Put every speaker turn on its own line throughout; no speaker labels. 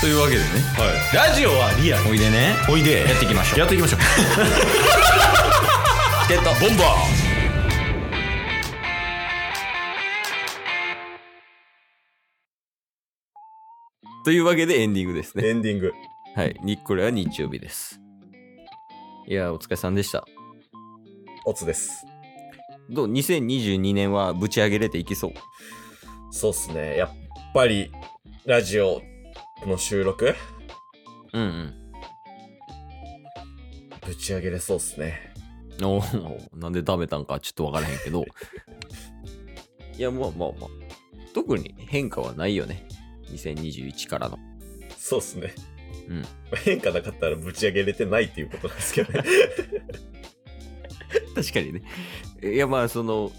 というわけでね
ラジオはリアル
おいでね
おいで
やっていきましょう
やってい きましょう
チケットボンバーというわけでエンディングですね
エンディング
はいにこれは日曜日ですいやーお疲れさんでした
オツです
どう2022年はぶち上げれていきそう
そうっすねやっぱりラジオの収録
うんうん
ぶち上げれそうっすね
おーなんでダメたんかちょっとわからへん けどいやまあまあまあ特に変化はないよね2021からの
そうっすね
うん
変化なかったらぶち上げれてないっていうことなんですけ どね
確かにね。いやまあその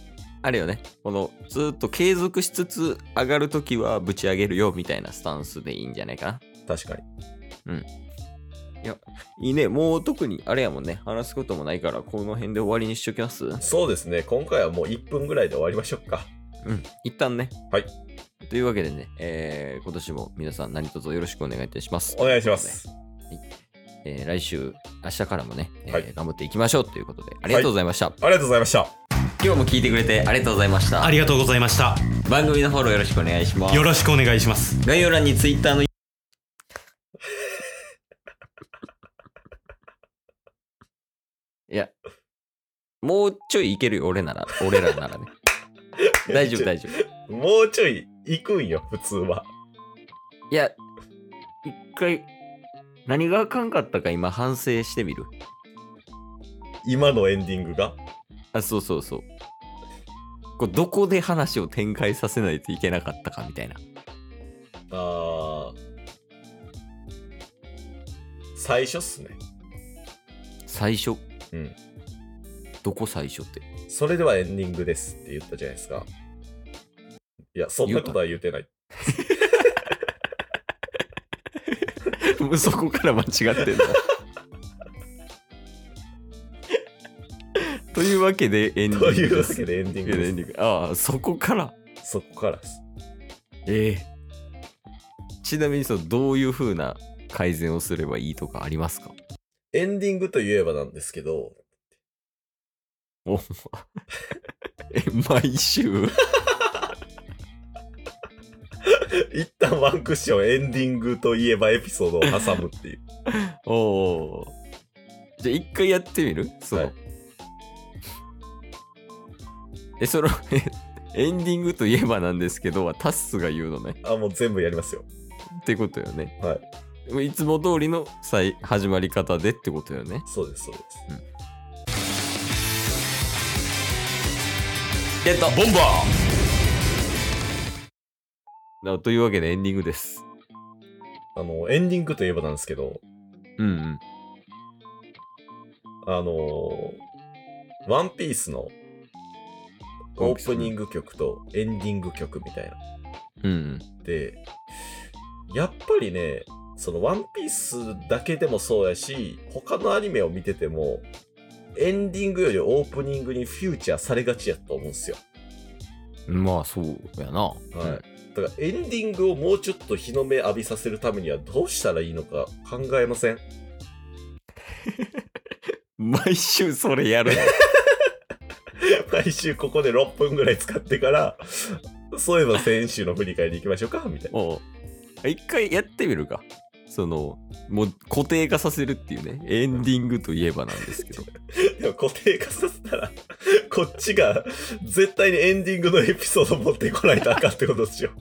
あれよねこのずーっと継続しつつ上がるときはぶち上げるよみたいなスタンスでいいんじゃないか
確かに
な。いいねもう特にあれやもんね話すこともないからこの辺で終わりにしときます。う
そうですね今回はもう1分ぐらいで終わりましょうか
ん一旦ね。
はい。
というわけでね、えー今年も皆さん何卒よろしくお願いいたします。
お願いします
えー来週明日からもね、えー
はい
頑張っていきましょうということでありがとうございました。
ありがとうございました
今日も聞いてくれてありがとうございました。
ありがとうございました
番組のフォローよろしくお願いします
よ。ろしくお願いします
概要欄に Twitter の いや、もうちょいいけるよ、俺なら。俺ら ならね。大丈夫、大丈夫。
夫もうちょい行くんよ普通はい
や、一回、何があかんかったか今反省してみる。
今のエンディングが
あ、そうそうそう。こうどこで話を展開させないといけなかったかみたいな。
あー最初っすね
最初。
うん
どこ最初って。
それではエンディングですって言ったじゃないですかいやそんなことは言ってない
も うそこから間違ってんだ。 というわけでエンディン
と
グ
い
で
うわ
す。
けでエンディング
エ
で
ン
す
ディングああ、そこから。
そこからです
ええちなみにそのどういう風な改善をすればいいとかありますか
エンディングといえばなんですけど
おえ、毎週
一旦ワンクッションエンディングといえばエピソードを挟むっていう
おお。じゃあ一回やってみるその、
はい
え、その、 えエンディングといえばなんですけどはタッスが言うのね。
あもう全部やりますよ
ってことよね。。
はい
いつも通りの再始まり方でってことよね。
そうですそうです
ゲットボンバーというわけでエンディングです。
あのエンディングといえばなんですけど
うんうん。
あのー、ワンピースのオープニング曲とエンディング曲みたいな
うんうん。
でやっぱりねその「ワンピースだけでもそうやし他のアニメを見ててもエンディングよりオープニングにフューチャーされがちやと思うんですよ、
まあそうやな。はい
はい、だからエンディングをもうちょっと日の目浴びさせるためにはどうしたらいいのか考えません
毎週それやる。
毎週ここで6分ぐらい使ってからそういえば先週の振り返り行きましょうかみたいな
おう一回やってみるか。その、もう固定化させるっていうね。エンディングといえばなんですけど。
でも固定化させたらこっちが絶対にエンディングのエピソード持ってこないとあかんってことでしょ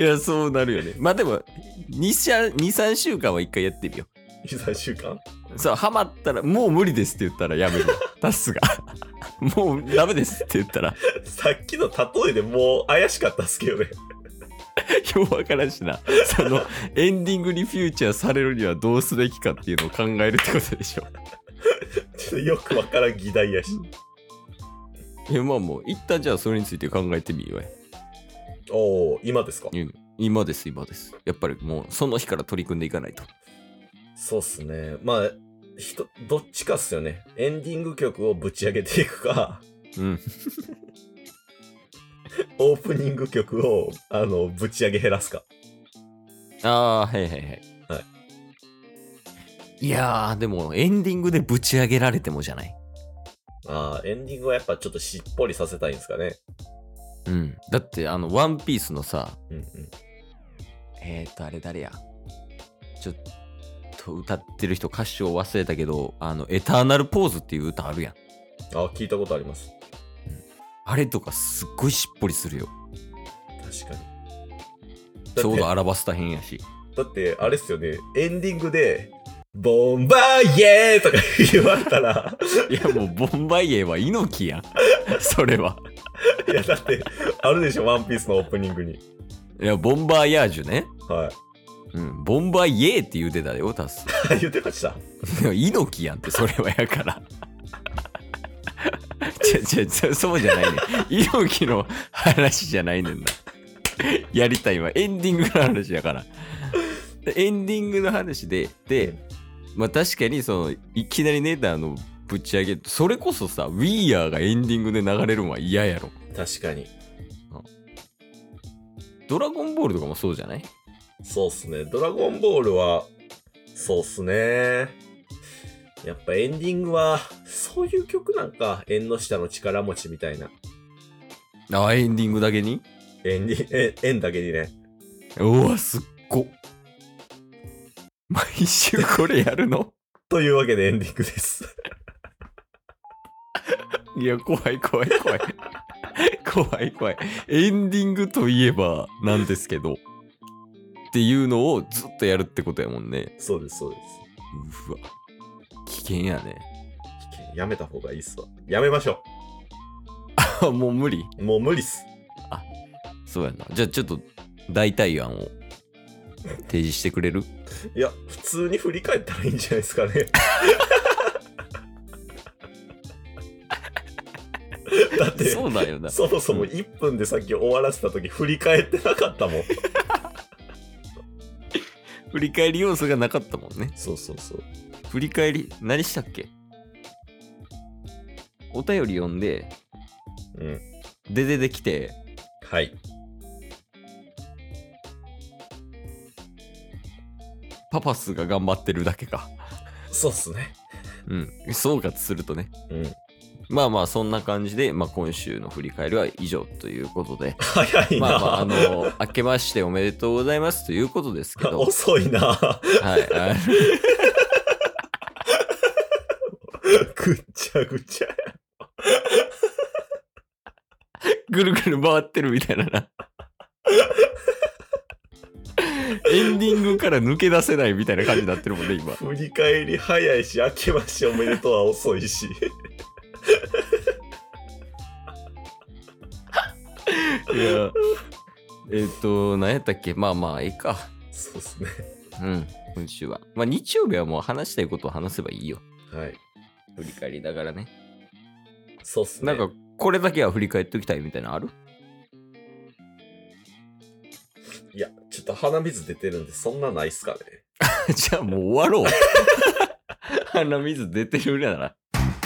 いや、そうなるよね。まあでも、2、3週間は一回やってみよう。
23週間
そう、ハマったら、もう無理ですって言ったらや める。タスが。もうダメですって言ったら、
さっきの例えでもう怪しかったっすけどね
ようわからんしな。その、エンディングにフューチャーされるにはどうすべきかっていうのを考えるってことでしょ。
ちょっとよくわからん議題やし
いや、まあもう、一旦じゃあそれについて考えてみようや。
おお今ですか
うん今です、今です。やっぱりもう、その日から取り組んでいかないと。
そうっすねまあひとどっちかっすよねエンディング曲をぶち上げていくか
うん。
オープニング曲をあのぶち上げ減らすか
ああー、はいはいはい。、
はい
やー、でもエンディングでぶち上げられてもじゃない。
ああ、エンディングはやっぱちょっとしっぽりさせたいんですかね。
うん。だって、あの、ワンピースのさ、
うんうん。
えー、っと、あれ誰やちょっと歌ってる人、歌手を忘れたけど、あの、エターナルポーズっていう歌あるやん。
ああ、聞いたことあります。
あれとかすっごいしっぽりするよ。
確かに。
ちょうど
だっ
アラバスタ編やし。
て、だってあれっすよね、エンディングで、ボンバーイエーとか言われた ら、
いや、もう、ボンバイエは猪木やん。 それは。
いや、だって、あるでしょ、ワンピースのオープニングに。
いや、ボンバーヤージュね。
は
うん、ボンバイエーって言うてたよ、タス。
い。 言ってました。
でも猪木やんって、それはやから。 ちゃちゃちゃ、そうじゃないね。猪木の話じゃないねんな。やりたい今、エンディングの話やから。でエンディングの話で、で、まあ確かに、その、いきなりネタのぶち上げると、それこそさ、We Are がエンディングで流れるのは嫌やろ。
確かに。
ドラゴンボールとかもそうじゃない
そうっすね。ドラゴンボールは、そうっすね。やっぱエンディングは、そういう曲なんか、縁の下の力持ちみたいな。
あ、エンディングだけに
エンディ、え縁だけにね。
うわ、すっご。毎週これやるの
というわけでエンディングです。
いや、怖い怖い怖い。 怖い怖い。エンディングといえばなんですけど。っていうのをずっとやるってことやもんね。
そうです、そうで
うわ。危険やね。
す。危険やめた方がいいっすわ。やめましょ
あ、もう無理。
う。もう無理っす。
そうやな。じゃあちょっと代替案を提示してくれる
いや、普通に振り返ったらいいんじゃないですか ね。だって、
そうだよな。
そもそも1分でさっき終わらせた時振り返ってなかったもん。
振り返り要素がなかったもんね。
そうそうそう。
振り返り、何したっけお便り読んで、
うん。
で出てきて、
はい。
パパスが頑張ってるだけか。
そうっすね。
うん。総括するとね。
うん。
まあまあ、そんな感じで、まあ今週の振り返りは以上ということで。
早いな。
まあまあ、あの、明けましておめでとうございますということですけ ど。はい。
遅いな。
あの
ぐっちゃぐちゃ。
ぐるぐる回ってるみたいな な。エンディングから抜け出せないみたいな感じになってるもんね、今。
振り返り早いし、明けましておめでとうは遅いし。
いや。えっ、と、何やったっけまあまあ、ええか。
そうっすね。
うん、今週は。まあ日曜日はもう話したいことを話せばいいよ。
はい。
振り返りだからね。
そうっす
な
ね。
んか、これだけは振り返っておきたいみたいなのある
いや、ちょっと鼻水出てるんで、そんなないっすかね。
じゃあもう終 わろう。鼻水出てるなら。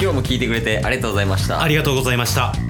今日も聞いてくれてありがとうございました
あ。りがとうございました。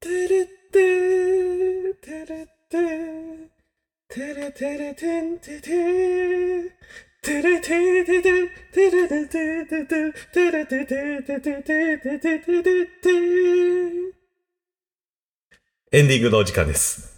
てれってーてれってーてれてれてんててーてれてれててんてれてててててれててててててててててーエンディングのお時間です。